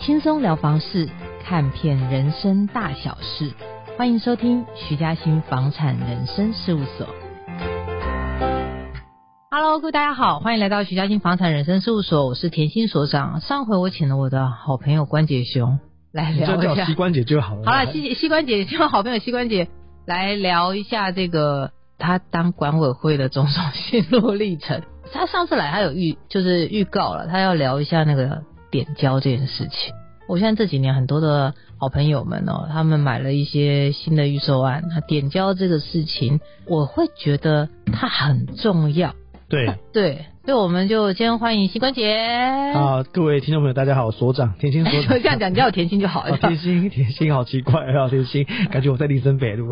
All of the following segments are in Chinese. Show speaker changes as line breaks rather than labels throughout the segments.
轻松聊房事，看遍人生大小事，欢迎收听徐嘉欣房产人生事务所。Hello，各位大家好，欢迎来到徐嘉欣房产人生事务所，我是甜心所长。上回我请了我的好朋友关节兄来
你就
聊一
叫
下
膝，关节就好了。
好了，膝膝关节，就好朋友膝关节来聊一下这个他当管委会的种种心路历程。 他上次来，他有预就是预告了，他要聊一下那个点交这件事情。我现在这几年很多的好朋友们哦，他们买了一些新的预售案，那点交这个事情，我会觉得它很重要。
对
对，所以我们就先欢迎膝关节。
啊，各位听众朋友，大家好，我所长甜心所
就
长。
这样讲，你叫我甜心就 好
啊，
了。
甜心，甜心，好奇怪啊，甜心，感觉我在林森北 路。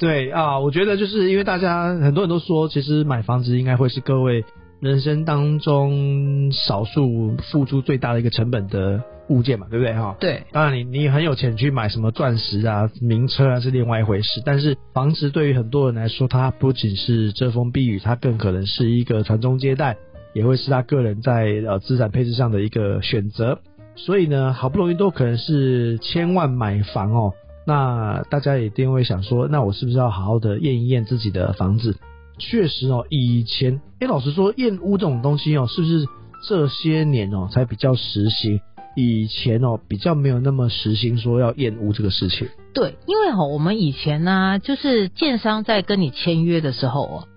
对啊，我觉得就是因为大家很多人都说，其实买房子应该会是各位人生当中少数付出最大的一个成本的物件嘛，对不对哈？
对，
当然你，你很有钱去买什么钻石啊、名车啊是另外一回事，但是房子对于很多人来说，它不仅是遮风避雨，它更可能是一个传宗接代，也会是他个人在呃资产配置上的一个选择。所以呢，好不容易都可能是千万买房哦，那大家一定会想说，那我是不是要好好的验一验自己的房子？确实哦，以前，哎，老实说，验屋这种东西哦，是不是这些年哦才比较实行？以前哦比较没有那么实行说要验屋这个事情。
对，因为哈、我们以前呢、就是建商在跟你签约的时候哦，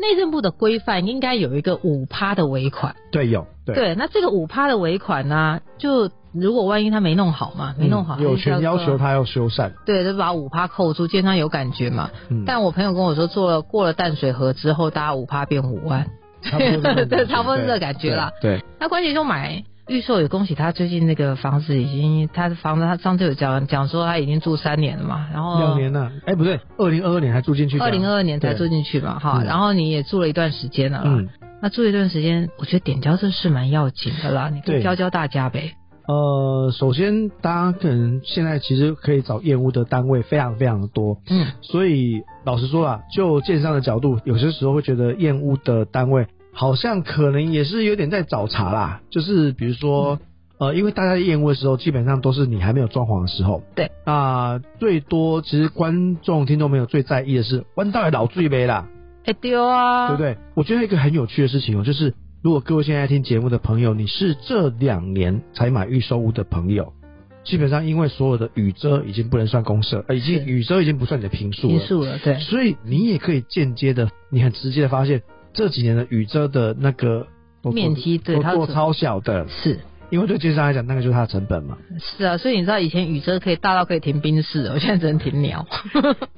内政部的规范应该有一个五趴的尾款。
对，有对，
对，那这个五趴的尾款呢、就如果万一他没弄好嘛，没弄好，
嗯有权要求，他要修缮。
对，就把五趴扣住，建商有感觉嘛。
嗯，
但我朋友跟我说，做了过了淡水河之后，大家五趴变五万。
差不多是这种感 觉
对差不多是这个感觉啦。
对，
那关键就买预售，也恭喜他，最近那个房子已经，他的房子他上次有讲讲说他已经住三年了嘛，然后
对两年了，哎，不对，二零二二年才住进去的。
二零二二年才
对
住进去嘛，哈，
嗯
然后你也住了一段时间了啦，
嗯，
那住一段时间，我觉得点交这事蛮要紧的啦，你可以
对
教教大家呗。
呃，首先大家可能现在其实可以找验屋的单位非常非常的多，
嗯，
所以老实说啦，就建商的角度，有些时候会觉得验屋的单位好像可能也是有点在找茬啦，就是比如
嗯
说。呃，因为大家验屋的时候，基本上都是你还没有装潢的时候。
对。
那、最多其实观众、听众朋友最在意的是弯道的老醉呗啦。
哎丢啊，
对不对？我觉得一个很有趣的事情哦，就是如果各位现在听节目的朋友，你是这两年才买预售屋的朋友，
嗯
基本上因为所有的雨遮已经不能算公社，呃，已
是
经雨遮已经不算你的平数
结
了，
束了，对，
所以你也可以间接的，你很直接的发现这几年的雨遮的那个都做
面积对
都
它
做
是
超小的，
是
因为对建商来讲，那个就是它的成本嘛。
是啊，所以你知道以前雨遮可以大到可以停冰室，我现在只能停鸟。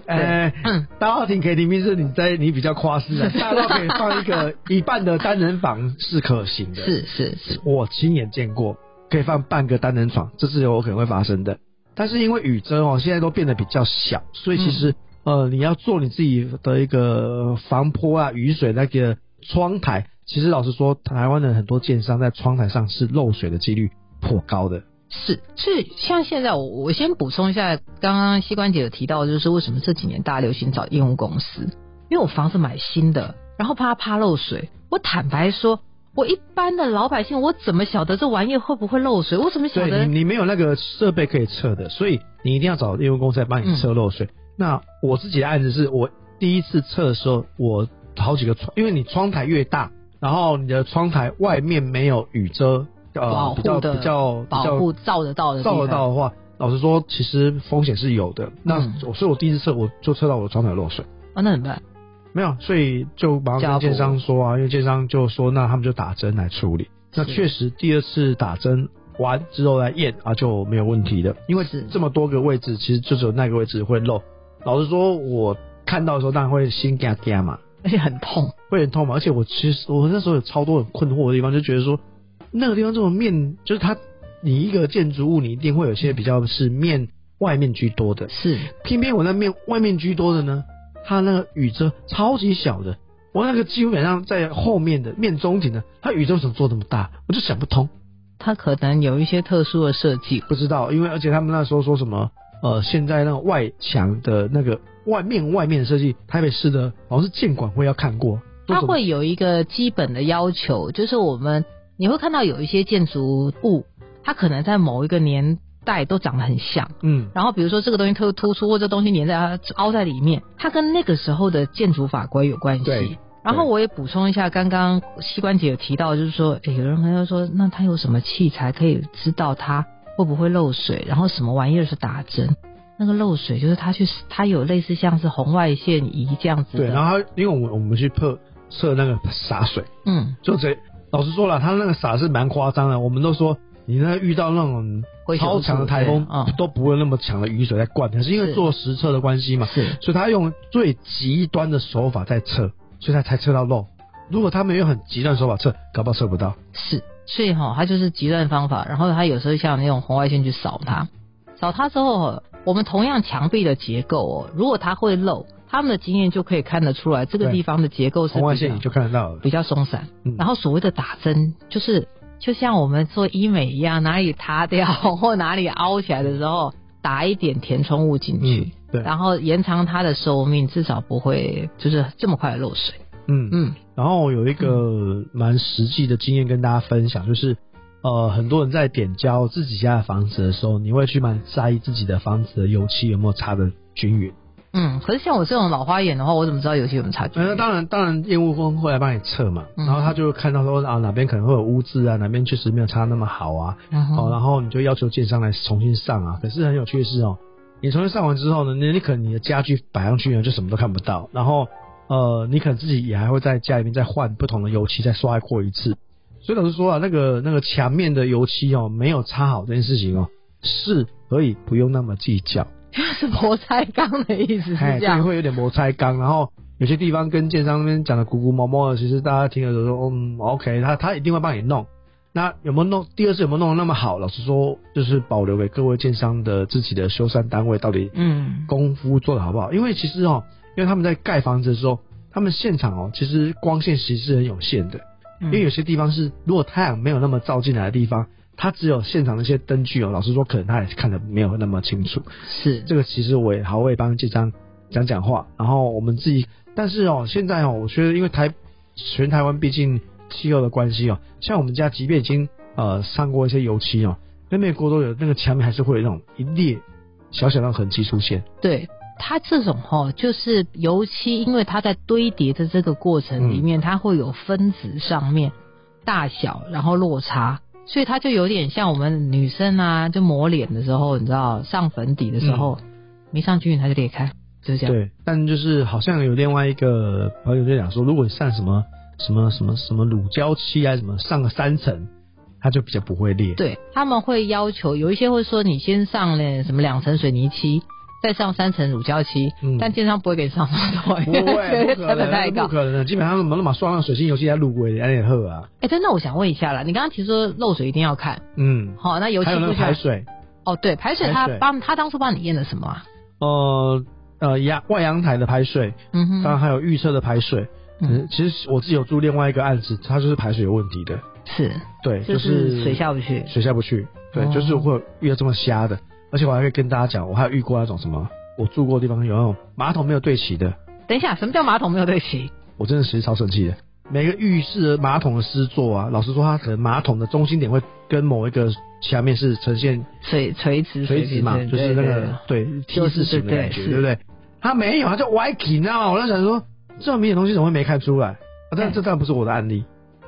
哎、
嗯
大道亭可以停冰室，你在你比较夸饰 啊，大道可以放一个一半的单人房是可行 的，
是是是，
我亲眼见过，可以放半个单人床，这是有可能会发生的。但是因为雨遮哦，现在都变得比较小，所以其实、呃，你要做你自己的一个防泼啊、雨水那个窗台，其实老实说，台湾的很多建商在窗台上是漏水的几率颇高的。
是，所以像现在我我先补充一下，刚刚膝关节有提到，就是为什么这几年大家流行找验屋公司，因为我房子买新的，然后怕它怕漏水。我坦白说，我一般的老百姓，我怎么晓得这玩意会不会漏水？我怎么晓
对
得？
你，你没有那个设备可以测的，所以你一定要找业务公司来帮你测漏
嗯
水。那我自己的案子是我第一次测的时候，我好几个窗，因为你窗台越大，然后你的窗台外面没有雨遮，
保
呃，
护
比较
的
比较比
保护
较
照得到的地方
照得到的话，老实说，其实风险是有的。那
嗯
我、所以我第一次测，我就测到我的窗台有漏水。
啊，那怎么办？
没有，所以就马上跟建商说啊，因为建商就说那他们就打针来处理。那
是
确实第二次打针完之后来验啊就没有问题的，因为
是
这么多个位置，其实就只有那个位置会漏。老实说，我看到的时候当然会心嘎嘎嘛，
而且很痛，
会很痛嘛。而且我其实我那时候有超多很困惑的地方，就觉得说那个地方这种面，就是它你一个建筑物，你一定会有些比较是面外面居多的，
是
偏偏我那面外面居多的呢，它那个雨遮超级小的，我那个基本上在后面的面中庭的，它雨遮为什么做这么大？我就想不通，
它可能有一些特殊的设计，
不知道，因为而且他们那时候说什么，呃，现在那个外墙的那个外面外面的设计，台北市的好像是建管会要看过，
它
说什么
会有一个基本的要求，就是我们你会看到有一些建筑物，它可能在某一个年代都长得很像。
嗯，
然后比如说这个东西特突出，或者这东西粘在它凹在里面，它跟那个时候的建筑法规有关
对
系。然后我也补充一下，刚刚膝关节有提到，就是说，诶有人朋友说，那他有什么器材可以知道他会不会漏水，然后什么玩意儿是打针？那个漏水就是他去，他有类似像是红外线仪这样子的，
对。然后它因为我们我们去测测那个洒水，
嗯，
就这老实说了，它那个洒是蛮夸张的。我们都说你那遇到那种
会
超强的台风
对嗯，
都不会那么强的雨水在灌，哎啊可是因为
是
做实测的关系嘛，
是
所以他用最极端的手法在测，所以他才测到漏。如果他没有很极端的手法测，搞不好测不到。
是，所以哈、它就是极端方法。然后它有时候像那种红外线去扫
嗯
它，扫它之后、哦，我们同样墙壁的结构哦，如果它会漏，他们的经验就可以看得出来，这个
对
地方的结构是
红外
比
线
较
你就看得到了。
比较松散。
嗯
然后所谓的打针，就是就像我们做医美一样，哪里塌掉
嗯
或哪里凹起来的时候，打一点填充物进去
嗯，，对，
然后延长它的寿命，至少不会就是这么快地漏水。
嗯
嗯，
然后有一个蛮实际的经验跟大家分享，就是呃，很多人在点交自己家的房子的时候，你会去蛮在意自己的房子的油漆有没有擦的均匀。
嗯，可是像我这种老花眼的话，我怎么知道有些有没有差距？
那呃当然，当然，业务工会来帮你测嘛，
嗯
然后他就看到说啊，哪边可能会有污渍啊，哪边确实没有擦那么好啊，
然
哦，
后
然后你就要求建商来重新上啊。可是很有趣的是哦，你重新上完之后呢，你你可能你的家具摆上去呢，就什么都看不到。然后呃，你可能自己也还会在家里面再换不同的油漆，再刷过一次。所以老实说啊，那个那个墙面的油漆哦，没有擦好这件事情哦，是可以不用那么计较。
是摩擦钢的意思是
哎，
这
对，
样，
会有点摩擦刚，然后有些地方跟建商那边讲的鼓鼓毛毛的，其实大家听了都说，嗯，OK，他他一定会帮你弄。那有没有弄？第二次有没有弄得那么好？老实说，就是保留给各位建商的自己的修缮单位到底
嗯，
功夫做的好不好？因为其实哦，因为他们在盖房子的时候，他们现场哦，其实光线其实是很有限的，
嗯
因为有些地方是如果太阳没有那么照进来的地方，它只有现场那些灯具哦，老实说，可能他也看得没有那么清楚。
是
这个其实我也好，我也帮建商讲讲话，然后我们自己，但是哦，现在哦，我觉得因为台全台湾毕竟气候的关系哦，像我们家即便已经呃上过一些油漆哦，跟美国都有那个墙面还是会有那种一列小小的痕迹出现，
对。它这种哈、就是油漆，因为它在堆叠的这个过程里
嗯
面，它会有分子上面大小，然后落差，所以它就有点像我们女生啊，就抹脸的时候，你知道上粉底的时候，没上均匀它就裂开，就是这样。
嗯对，哦但就是好像有另外一个朋友就讲说，如果你上什么什么什么什么乳胶漆啊，什么上个三层，它就比较不会裂，
对，他们会要求有一些会说你先上了什么两层水泥漆，再上三层乳胶漆，
嗯
但建商不会给你上那么多，
不
因为
会，不可
成本太
能，
高
不。可能的，基本上什么都嘛刷上水性油漆在入规的，安点喝啊，
哎、但那我想问一下啦，你刚刚提说漏水一定要看，
嗯，
好、那油漆
还有那
不
个
需要
排。水，
哦，对，排水
排
他
水
帮他当初帮你验的什么啊？
呃呃阳外阳台的排水，
嗯
当
哼，
然还有预测的排水。
嗯
嗯，其实我自己有住另外一个案子，它就是排水有问题的，
是，
对，
就是是水下不去。
水下不去，对，
哦
就是会有遇到这么瞎的。而且我还会跟大家讲，我还有遇过那种什么，我住过的地方有那种马桶没有对齐的，
等一下，什么叫马桶没有对齐？
我真的其实超生气的。每个浴室的马桶的施作啊，老实说，它可能马桶的中心点会跟某一个下面是呈现
垂垂直
垂直嘛，
平
就是那
对对对
个对
就
梯
是
字形的
对
感觉，
是
对不对？他没有，他叫 Y K，你知道吗？我在想说，这么明显的东西怎么会没看出来？啊、但
对
这当然不是我的案例，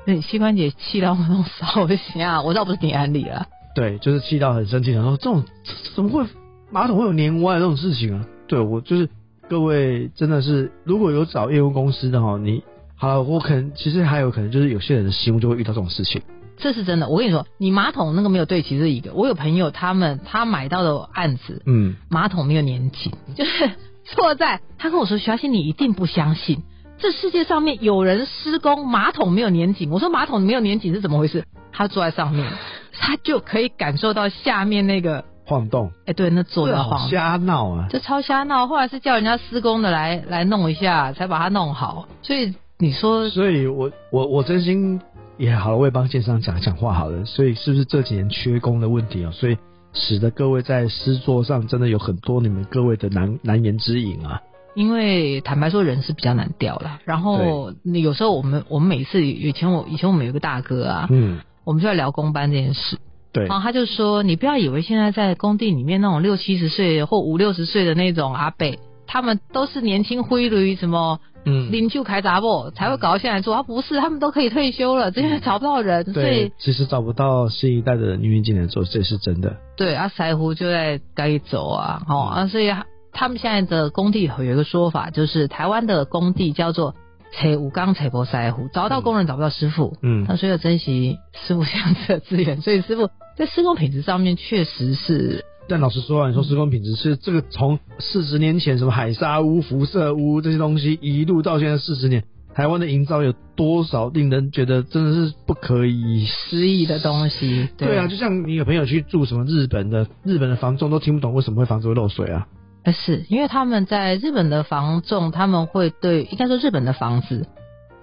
对，膝关节气到我都烧心啊！我倒不是你案例了。
对，就是气到很生气，想说这种这这怎么会马桶会有粘歪的这种事情啊？对我就是各位真的是如果有找业务公司的哈，你好了，我可能其实还有可能就是有些人的心就会遇到这种事情，
这是真的，我跟你说，你马桶那个没有对齐是一个。我有朋友他们他买到的案子，
嗯，
马桶没有粘紧，就是错在他跟我说徐小新，你一定不相信，这世界上面有人施工马桶没有粘紧。我说马桶没有粘紧是怎么回事？他坐在上 面，他就可以感受到下面那个，
晃动，
哎，对，那座
这
要
好
晃，
瞎闹啊！
这超瞎闹。后来是叫人家施工的来来弄一下，才把它弄好。所以你说
所以我我我真心也好了，我也帮建商讲讲话好了。所以是不是这几年缺工的问题哦？所以使得各位在诗作上真的有很多你们各位的难难言之隐啊。
因为坦白说，人是比较难调啦。然后你有时候我们，我们每次以前我以前我们有个大哥啊，
嗯，
我们就在聊公班这件事。
对
然哦后他就说，你不要以为现在在工地里面那种六七十岁或五六十岁的那种阿伯，他们都是年轻挥驴什么。
嗯，
领袖开杂货才会搞到现在做，啊不是，他们都可以退休了，这些找不到人，所以
嗯对，其实找不到新一代的女运技能做，这是真的。
对啊，柴胡就在该走啊，哦
嗯
啊，所以他们现在的工地有一个说法，就是台湾的工地叫做“柴五钢柴婆柴胡”，找到工人找不到师傅，
嗯
那所以要珍惜师傅这样子的资源，所以师傅在施工品质上面确实是
但老实说啊，你说施工品质是这个从四十年前什么海沙屋、辐射屋这些东西，一路到现在四十年，台湾的营造有多少令人觉得真的是不可以
失意的东西，
对啊，就像你有朋友去住什么日本的，日本的房仲都听不懂为什么会房子会漏水啊。
呃是因为他们在日本的房仲，他们会对应该说日本的房子，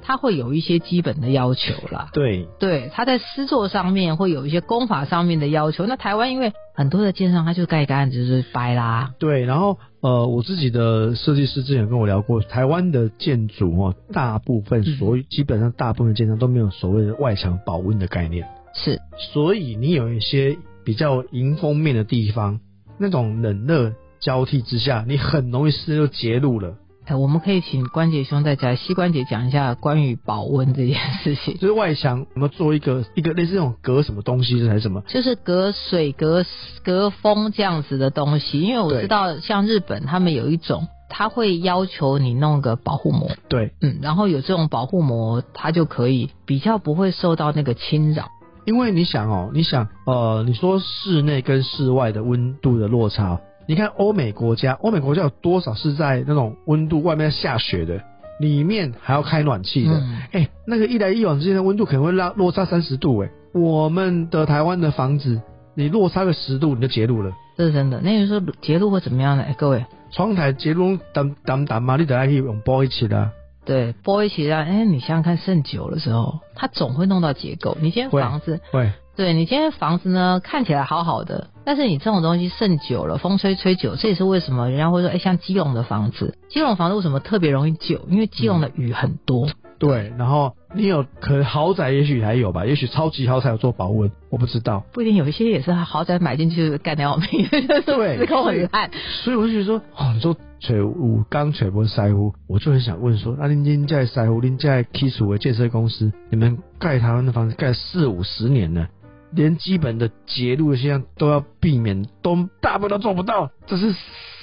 它会有一些基本的要求啦。
对，
对，它在施作上面会有一些工法上面的要求。那台湾因为很多的建商，他就盖一个案子就是掰啦。
对，然后呃，我自己的设计师之前跟我聊过，台湾的建筑哦，大部分所、基本上大部分建商都没有所谓的外墙保温的概念，
是，
所以你有一些比较迎风面的地方，那种冷热交替之下，你很容易湿就结露了。
哎，我们可以请关节兄再讲，膝关节讲一下关于保温这件事情，
就是外墙我们做一个一个类似那种隔什么东西还是什么，
就是隔水、隔隔风这样子的东西。因为我
对
知道像日本他们有一种，他会要求你弄个保护膜，
对，
嗯，然后有这种保护膜，它就可以比较不会受到那个侵扰。
因为你想哦，你想呃，你说室内跟室外的温度的落差哦，你看欧美国家，欧美国家有多少是在那种温度外面下雪的，里面还要开暖气的？
嗯
哎、那个一来一往之间的温度可能会拉落差三十度、哎，我们的台湾的房子，你落差个十度你就结露了，
这是真的。那你说结露或怎么样呢？哎，各位，
窗台结露挡挡挡嘛，你得要去用包一起啦。
对，波一起让，哎，你想想看，剩久的时候，它总会弄到结构。你今天
会
房子，
喂，
对你今天房子呢，看起来好好的，但是你这种东西剩久了，风吹吹久，这也是为什么人家会说，哎，像基隆的房子，基隆房子为什么特别容易久？因为基隆的雨很多。
嗯对，然后你有可能豪宅也许还有吧，也许超级豪宅有做保温，我不知道。
不一定有一些也是豪宅买进去干得要命，就是
对
施工很烂。
所以我就觉得说，哦，你说吹五钢吹不塞乎，我就很想问说，那您您在塞乎，您在 K 属的建设公司，你们盖台湾的房子盖四五十年了，连基本的结露的现象都要避免，都大部分都做不到，这是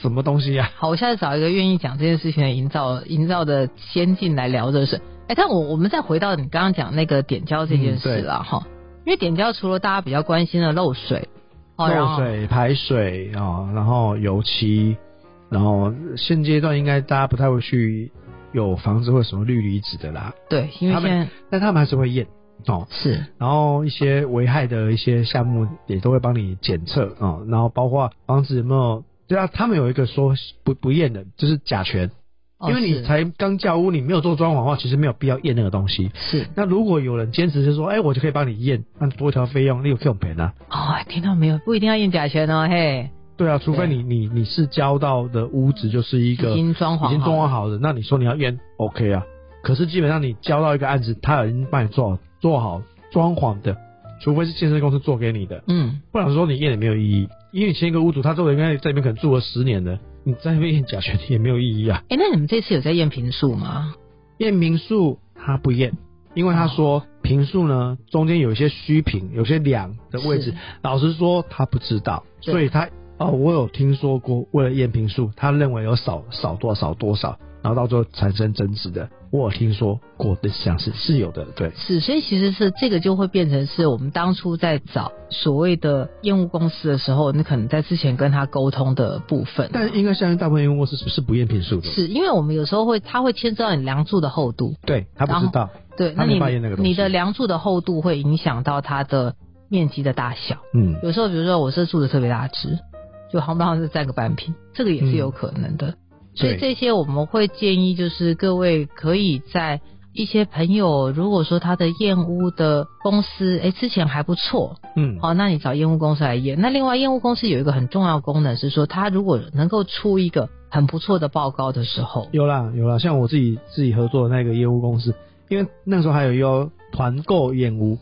什么东西呀、啊
好，我下次找一个愿意讲这件事情的营造营造的先进来聊这个事。哎，但我我们再回到你刚刚讲那个点胶这
嗯
件事啦，哈、因为点胶除了大家比较关心的漏水，哦，然
漏
后
水、排水啊、哦然后油漆，然后现阶段应该大家不太会去有房子会有什么氯离子的啦，
对，因为
他
现
们
在
但他们还是会验哦。
是
然后一些危害的一些项目也都会帮你检测啊、嗯然后包括防止有没有，对啊，他们有一个说不不验的，就是甲醛，
哦
因为你
是
才刚叫屋，你没有做装潢的话，其实没有必要验那个东西。
是
那如果有人坚持就说，哎、我就可以帮你验，那多一条费用，你有这种赔呢？
哦，听到没有？不一定要验甲醛哦，嘿，
对啊，除非你你你是交到的屋子就是一
已
个
经装潢
已经装
好
潢
了
好的，那你说你要验 OK 啊？可是基本上你交到一个案子，他已经帮你做好做好装潢的，除非是建设公司做给你的，
嗯，
不然说你验也没有意义，因为你前一个屋主他做的应该在里面可能住了十年了，你在那边验甲醛也没有意义啊。
哎，那你们这次有在验平数吗？
验民宿他不验，因为他说平数呢中间有一些虚平，有些两的位置
是，
老实说他不知道，
对
所以他哦，我有听说过，为了验平数，他认为有少少多少多少，然后到最后产生争执的，我有听说过的想是是有的，对。
是，所以其实是这个就会变成是我们当初在找所谓的验屋公司的时候，你可能在之前跟他沟通的部分啊、
但应该相信大部分用户是是不验平数的，
是因为我们有时候会，它会牵涉到你梁柱的厚度，
对他不
然后
知道，
对，
它
你
没发现那个东西
你的梁柱的厚度会影响到它的面积的大小。
嗯，
有时候，比如说我这柱子特别大只，就夯不啷是占个半平，这个也是有可能
嗯
的。所以
对
这些我们会建议，就是各位可以在一些朋友，如果说他的验屋的公司，哎，之前还不错，哦
嗯，
好，那你找验屋公司来验。那另外，验屋公司有一个很重要的功能是说，它如果能够出一个很不错的报告的时候，
有啦有啦，像我自己自己合作的那个业务公司，因为那时候还有要团购燕屋，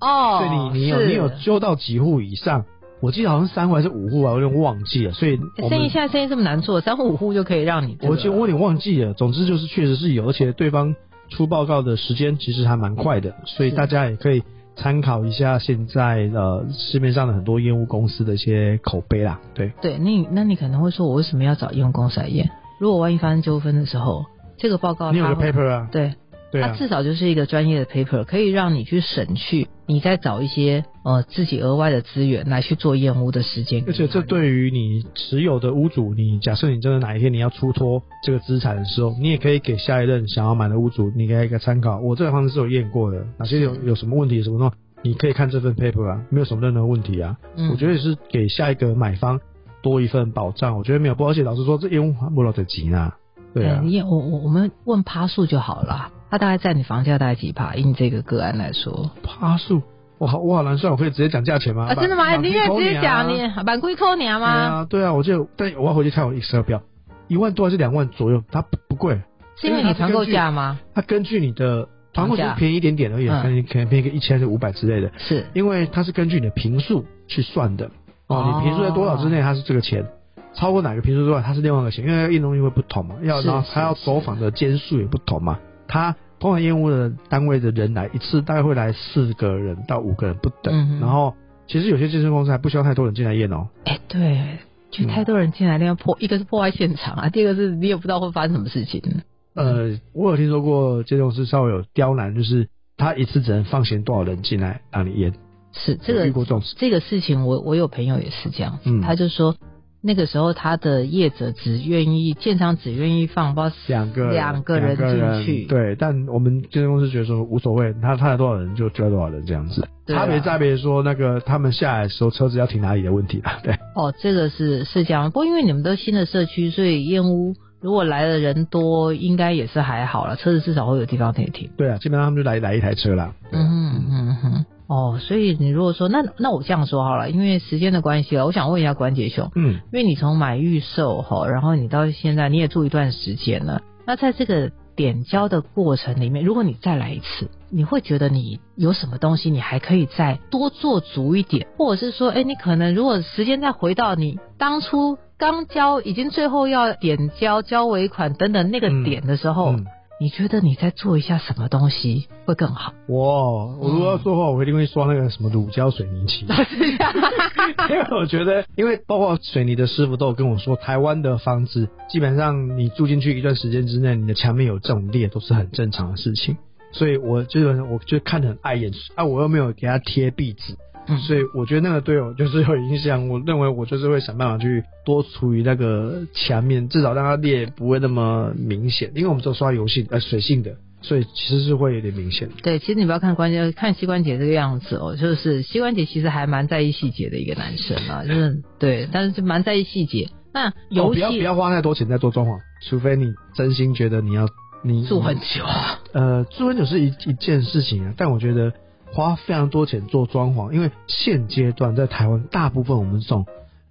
哦，
所以你你有
是
你有揪到几户以上？我记得好像三户还是五户啊，我有点忘记了。所以我
生
们
意哎现在生意这么难做，三户五户就可以让你这个、
我就我有点忘记了。总之就是确实是有，而且对方出报告的时间其实还蛮快的，所以
是
大家也可以参考一下现在呃市面上的很多业务公司的一些口碑啦。对，
对你，那你可能会说，我为什么要找验公司来验？如果万一发生纠纷的时候，这个报告
你有个
它会
paper 啊，
对，
对
它
啊，
至少就是一个专业的 paper，可以让你去省去你再找一些呃自己额外的资源来去做验屋的时间。
而且这对于你持有的屋主，你假设你真的哪一天你要出脱这个资产的时候，你也可以给下一任想要买的屋主，你给他一个参考。我这个房子是有验过的，哪些有有什么问题什么的，你可以看这份 paper 啊，没有什么任何问题啊。
嗯
我觉得也是给下一个买方多一份保障，我觉得没有不好。而且老实说，这烟雾还不老得急呢。对啊
嗯，验我我我们问趴数就好了，它大概占你房价大概几趴？以你这个个案来说
趴数，我好我好难算，我可以直接讲价钱吗？
啊，真的吗？
满
你可以直接讲，
满地抠啊
你板龟扣你啊
对
吗？
啊，对啊，我就但我要回去看我 Excel 表，一万多还是两万左右，它不不贵。
是因为你团购价吗？
它根据你的团购
房价
就便宜一点点而已，啊
嗯
可能可能便宜个一千还是五百之类的，
是
因为它是根据你的平数去算的。
哦
哦，你平数在多少之内，它是这个钱；超过哪个平数之外，它是另外一个钱，因为验东西会不同嘛，要
是
然后
是
它要
是
走访的间数也不同嘛。它通常验屋的单位的人来一次大概会来四个人到五个人不等，
嗯哼
然后其实有些健身公司还不希望太多人进来验哦。
哎、对，就
嗯
太多人进来，那样破，一个是破坏现场啊，第二个是你也不知道会发生什么事情。嗯
呃，我有听说过健身公司稍微有刁难，就是他一次只能放闲多少人进来让你验，
是这
有遇
个
过这种事
这个事情我，我有朋友也是这样子，
嗯
他就说那个时候他的业者只愿意建商只愿意放包
两个
两个人进去，
对，但我们健身公司觉得说无所谓，他他来多少人就就来多少人这样子，
对啊
差别差别说那个他们下来的时候车子要停哪里的问题吧，对，
哦，这个是是这样。不过因为你们都新的社区，所以燕屋如果来的人多，应该也是还好了，车子至少会有地方可以停。
对啊，基本上他们就来来一台车啦，对啊
嗯嗯嗯。哦，所以你如果说那那我这样说好了，因为时间的关系了，我想问一下关杰兄，
嗯，
因为你从买预售哈，然后你到现在你也住一段时间了，那在这个点交的过程里面，如果你再来一次，你会觉得你有什么东西你还可以再多做足一点，或者是说，哎，你可能如果时间再回到你当初刚交，已经最后要点交、交尾款等等那个
嗯
点的时候，
嗯
你觉得你再做一下什么东西会更好？
我我如果要做的话，我一定会刷那个什么乳胶水泥漆，因为我觉得， 因为包括水泥的师傅都有跟我说，台湾的房子基本上你住进去一段时间之内，你的墙面有这种裂都是很正常的事情。所以我就是我就看得很碍眼啊，我又没有给他贴壁纸，
嗯
所以我觉得那个对我就是有影响。我认为我就是会想办法去多处理那个墙面，至少让它裂不会那么明显，因为我们都刷油性呃水性的，所以其实是会有点明显的。
对，其实你不要看关节，看膝关节这个样子哦，就是膝关节其实还蛮在意细节的一个男生啊， 就是对，但是就蛮在意细节。那
哦
尤
不
其、
要不要花太多钱在做装潢，除非你真心觉得你要你
住很久，啊
呃，住很久是一一件事情啊，但我觉得花非常多钱做装潢，因为现阶段在台湾大部分我们这种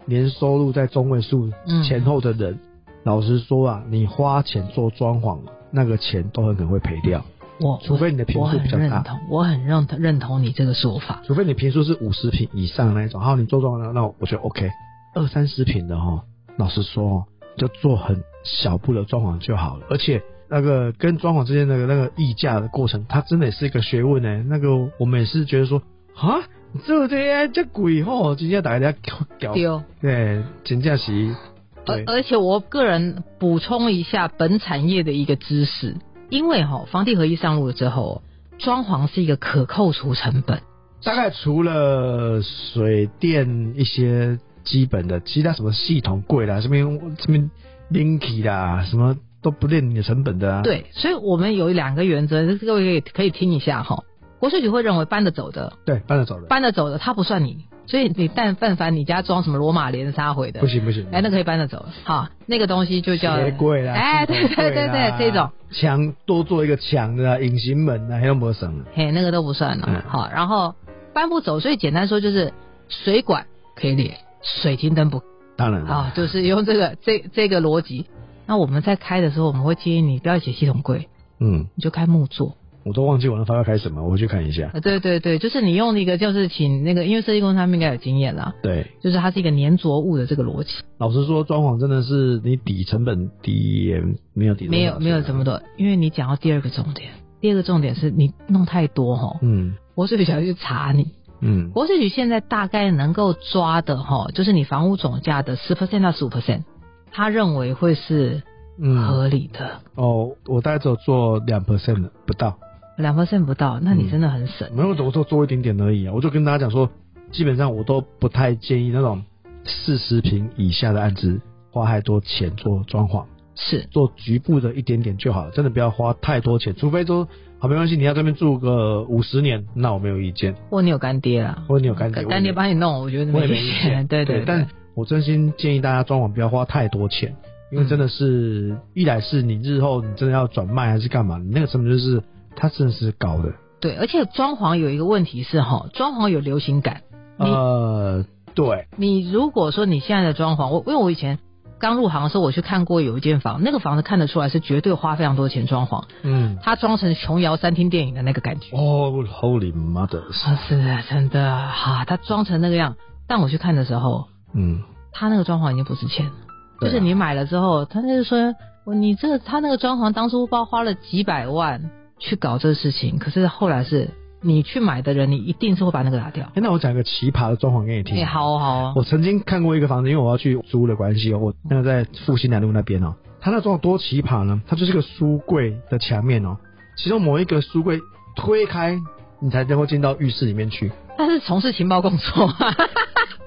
年收入在中位数
嗯
前后的人，老实说啊，你花钱做装潢，那个钱都很可能会赔掉，
我
除非你的平
我
数
很
比较
认
大，
同，我很认同认同你这个说法。
除非你平数是五十平以上那一种，然后你做装潢，那我觉得 OK，二三十平的哈，老实说哦，就做很小步的装潢就好了，而且。那个跟装潢之间的那个议价的过程，它真的也是一个学问呢、那个我们也是觉得说，啊，你做这些这鬼吼，今天打家搞，
丢，
对，真正是，
哦而
哦对，
而且我个人补充一下本产业的一个知识，因为哈、房地合一上路之后，装潢是一个可扣除成本。
大概除了水电一些基本的，其他什么系统贵啦，什么什么 Linky 啦，什么都不列你的成本的啊。
对，所以我们有两个原则，各位可以可以听一下哈、国税局会认为搬得走的
对，搬得走人，
搬得走的，他不算你。所以你但但凡你家装什么罗马连杀回的
不，行不行，
哎，那可以搬得走。好，那个东西就叫
鞋柜啦，
哎，对
书柜
对对
啦
对，这种，
墙多做一个墙的啊隐形门啊，还有魔绳啊。
嘿，那个都不算了
嗯。
好，然后搬不走，所以简单说就是水管可以列，水晶灯不
当然了
啊，就是用这个这这个逻辑。那我们在开的时候，我们会建议你不要写系统柜，
嗯，
你就开木座，
我都忘记我那发票开什么，我去看一下。
呃对对对，就是你用那个，就是请那个，因为设计公司他们应该有经验啦，
对，
就是它是一个粘着物的这个逻辑，
老实说，装潢真的是你抵成本低也没有抵多少
没有没有
钱啊
这么多。因为你讲到第二个重点，第二个重点是你弄太多吼，
嗯
国税局想要去查你，
嗯
国税局现在大概能够抓的哈，就是你房屋总价的十 percent 到十五 percent，他认为会是
嗯
合理的，
哦，我大概只有做两 percent 的不到，
两 percent 不到，那你
嗯
真的很省。
没有，我都做一点点而已啊。我就跟大家讲说，基本上我都不太建议那种四十平以下的案子花太多钱做装潢。
是，
做局部的一点点就好了，真的不要花太多钱，除非说好没关系，你要这边住个五十年，那我没有意见，
或你有干爹啦，
或者你有干爹，
嗯干干爹
我也
帮你弄，我 觉得
我也没
意
意
见。
见，
对
对
对，
但我真心建议大家装潢不要花太多钱，
嗯
因为真的是、一来是你日后你真的要转卖还是干嘛，你那个成本就是它真的是高的，
对，而且装潢有一个问题是哈，装潢有流行感。你
呃，对，
你如果说你现在的装潢，我因为我以前刚入行的时候，我去看过有一间房，那个房子看得出来是绝对花非常多钱装潢，
嗯，
它装成琼瑶三厅电影的那个感觉。
哦，Holy Mother，
啊，是的，真的哈、它装成那个样。但我去看的时候，
嗯，
它那个装潢已经不值钱了。就
对啊
是你买了之后，他就是说，我你这个他那个装潢当初不知道花了几百万去搞这个事情，可是后来是你去买的人，你一定是会把那个打掉。
哎，那我讲一个奇葩的装潢给你
哎、
听，
好哦好哦，
我曾经看过一个房子，因为我要去租的关系哦，我那个在复兴南路那边哦，它那种有多奇葩呢？它就是一个书柜的墙面哦，其中某一个书柜推开，你才能够进到浴室里面去。
他是从事情报工作，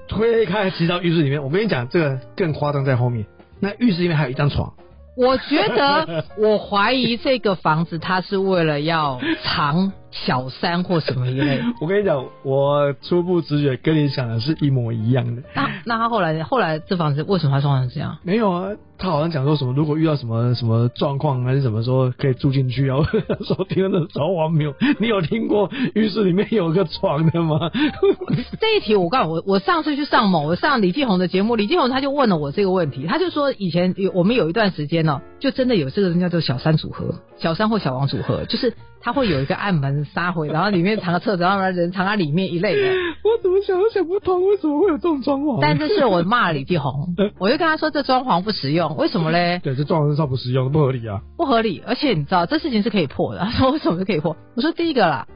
推开进到浴室里面，我跟你讲，这个更夸张在后面。那浴室里面还有一张床，
我觉得我怀疑这个房子他是为了要藏小三或什么一 类。
我跟你讲，我初步直觉跟你想的是一模一样的。
那啊那他后来后来这房子为什么他装成这样？
没有啊，他好像讲说什么，如果遇到什么什么状况还是什么时候可以住进去啊？我 那时候听的超荒谬。你有听过浴室里面有个床的吗？
这一题我告诉我，我上次去上某，我上李继红的节目，李继红他就问了我这个问题，他就说以前有我们有一段时间呢、就真的有这个人叫做小三组合，小三或小王组合，就是他会有一个暗门杀回，然后里面藏个厕所，然后人藏在里面一类的。
我怎么想都想不通，为什么会有这种啊装潢？
但这是我骂李继红，我就跟他说这装潢不实用，为什么嘞？
对，这装潢是超不实用，不合理啊。
不合理，而且你知道这事情是可以破的。 他说为什么是可以破？我说第一个啦，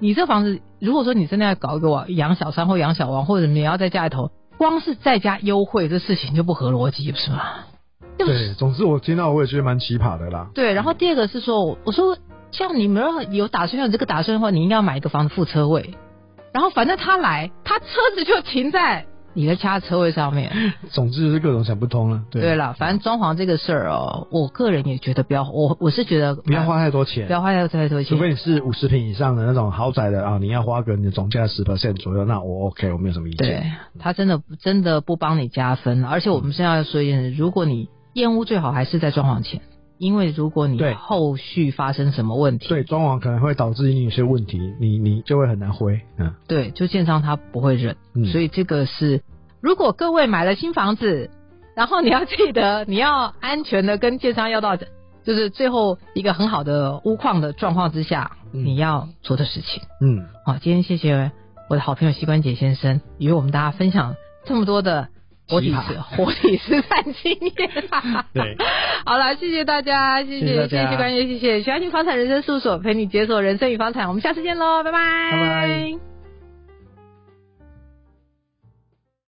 你这房子如果说你真的要搞一个网养小三或养小王，或者你要在家里头，光是在家幽会这事情就不合逻辑，不是吗？就是
对，总之我听到我也觉得蛮奇葩的啦。
对。然后第二个是说，我我说像你们要有打算有这个打算的话，你应该要买一个房子副车位，然后反正他来，他车子就停在你的家车位上面。
总之就是各种想不通了。对，
对了，反正装潢这个事儿哦，我个人也觉得不要，我我是觉得
不要花太多
不
钱。
要花太多钱，
除非你是五十平以上的那种豪宅的啊，你要花个你的总价十 percent 左右，那我 OK，我没有什么意见。
对他真的真的不帮你加分了，而且我
嗯
们现在要说一件事，如果你厌恶，最好还是在装潢前，因为如果你
对
后续发生什么问题，
对，装潢可能会导致你有些问题，你你就会很难挥。嗯，
对就建商他不会忍，
嗯
所以这个是如果各位买了新房子，然后你要记得你要安全的跟建商要到，就是最后一个很好的屋况的状况之下，
嗯
你要做的事情。
嗯，
好，啊今天谢谢我的好朋友膝关节先生与我们大家分享这么多的活体
奇葩
实 活体实战经验。
对，
好了，谢谢大家，谢
谢谢
谢
大
谢谢
家
膝关节，谢谢喜欢听房产人生事务所陪你解锁人生与房产，我们下次见喽，拜拜，
拜拜。